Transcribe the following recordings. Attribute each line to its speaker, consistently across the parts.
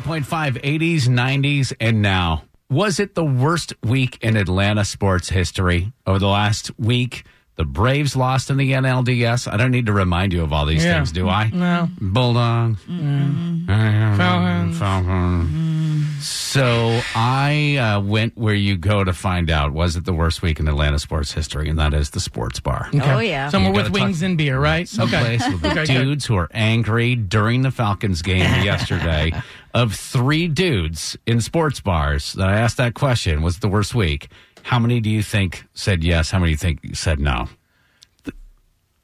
Speaker 1: 98.5, 80s, 90s, and now. Was it the worst week in Atlanta sports history over the last week? The Braves lost in the NLDS. I don't need to remind you of all these
Speaker 2: Yeah.
Speaker 1: things, do I?
Speaker 2: No.
Speaker 1: Bulldogs.
Speaker 2: Mm-hmm. Falcons.
Speaker 1: Falcons. So I uh, went where you go to find out was it the worst week in Atlanta sports history, and that is the sports bar.
Speaker 2: Okay.
Speaker 3: Oh, yeah.
Speaker 2: Somewhere
Speaker 1: You
Speaker 2: with
Speaker 1: gotta talk-
Speaker 2: wings and beer, right?
Speaker 1: someplace with the
Speaker 2: Okay, good.
Speaker 1: dudes who are angry during the Falcons game yesterday of three dudes in sports bars that I asked that question was the worst week. How many do you think said yes? How many do you think said no?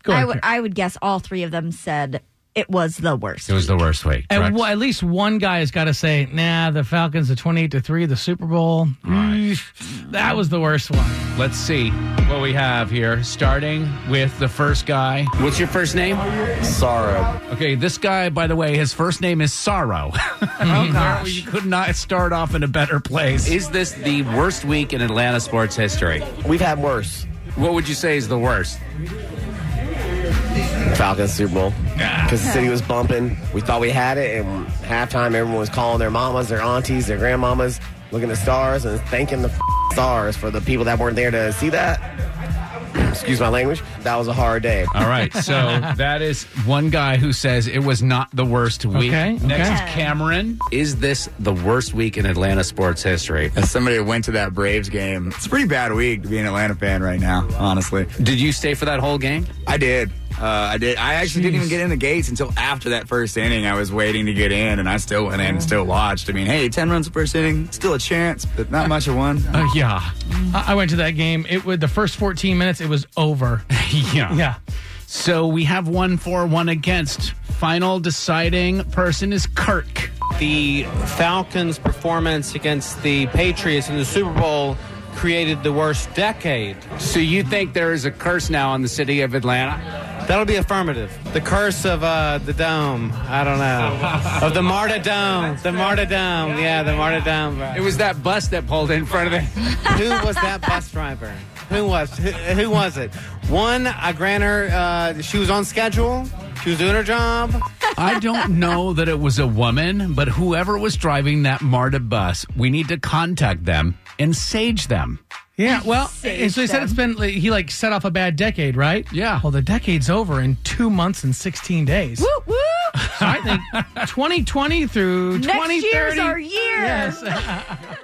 Speaker 2: Go
Speaker 3: I,
Speaker 2: ahead, Karen.
Speaker 3: w- I would guess all three of them said it was the worst.
Speaker 1: It was the worst week.
Speaker 2: At,
Speaker 1: correct?
Speaker 2: w- at least one guy has got to say, "Nah, the Falcons are twenty-eight to three, the Super Bowl. Mm, That was the worst one."
Speaker 1: Let's see what we have here, starting with the first guy. What's your first name?
Speaker 4: Sorrow.
Speaker 1: Okay, this guy, by the way, his first name is Sorrow. Oh, gosh. You could not start off in a better place. Is this the worst week in Atlanta sports history?
Speaker 4: We've had worse.
Speaker 1: What would you say is the worst?
Speaker 4: Falcons Super Bowl. Because the city was bumping. We thought we had it, and halftime everyone was calling their mamas, their aunties, their grandmamas, looking at stars and thanking the f- stars for the people that weren't there to see that. Excuse my language. That was a hard day.
Speaker 1: All right, so that is one guy who says it was not the worst week.
Speaker 2: Okay,
Speaker 1: Next,
Speaker 2: okay.
Speaker 1: Cameron. Is this the worst week in Atlanta sports history? Uh,
Speaker 5: As somebody who went to that Braves game, it's a pretty bad week to be an Atlanta fan right now, honestly.
Speaker 1: Did you stay for that whole game?
Speaker 5: I did. Uh, I did. I actually didn't even
Speaker 2: Jeez.
Speaker 5: get in the gates until after that first inning. I was waiting to get in, and I still went in and still watched. I mean, hey, 10 runs the first inning, still a chance, but not much of one.
Speaker 2: Uh, yeah, I-, I went to that game. It was the first fourteen minutes. It was over.
Speaker 1: yeah.
Speaker 2: Yeah.
Speaker 1: So we have one for, one against. Final deciding person is Kirk.
Speaker 6: the Falcons' performance against the Patriots in the Super Bowl created the worst decade.
Speaker 1: So you think there is a curse now on the city of Atlanta?
Speaker 6: That'll be affirmative. The curse of uh, the dome. I don't know. Of the Marta Dome. The Marta Dome. Yeah, the Marta Dome.
Speaker 1: It was that bus that pulled in front of it.
Speaker 6: who was that bus driver? Who was who, who was it? One, I grant her. Uh, she was on schedule. She was doing her job.
Speaker 1: I don't know that it was a woman, but whoever was driving that MARTA bus, we need to contact them and sage them.
Speaker 2: Yeah, well,
Speaker 3: Saved
Speaker 2: and so he said
Speaker 3: them.
Speaker 2: it's been like, he like set off a bad decade, right?
Speaker 1: Yeah.
Speaker 2: Well, the decade's over in two months and sixteen days.
Speaker 3: Woo, woo.
Speaker 2: So I think 2020 through
Speaker 3: Next
Speaker 2: 2030.
Speaker 3: year's our year.
Speaker 2: Yes.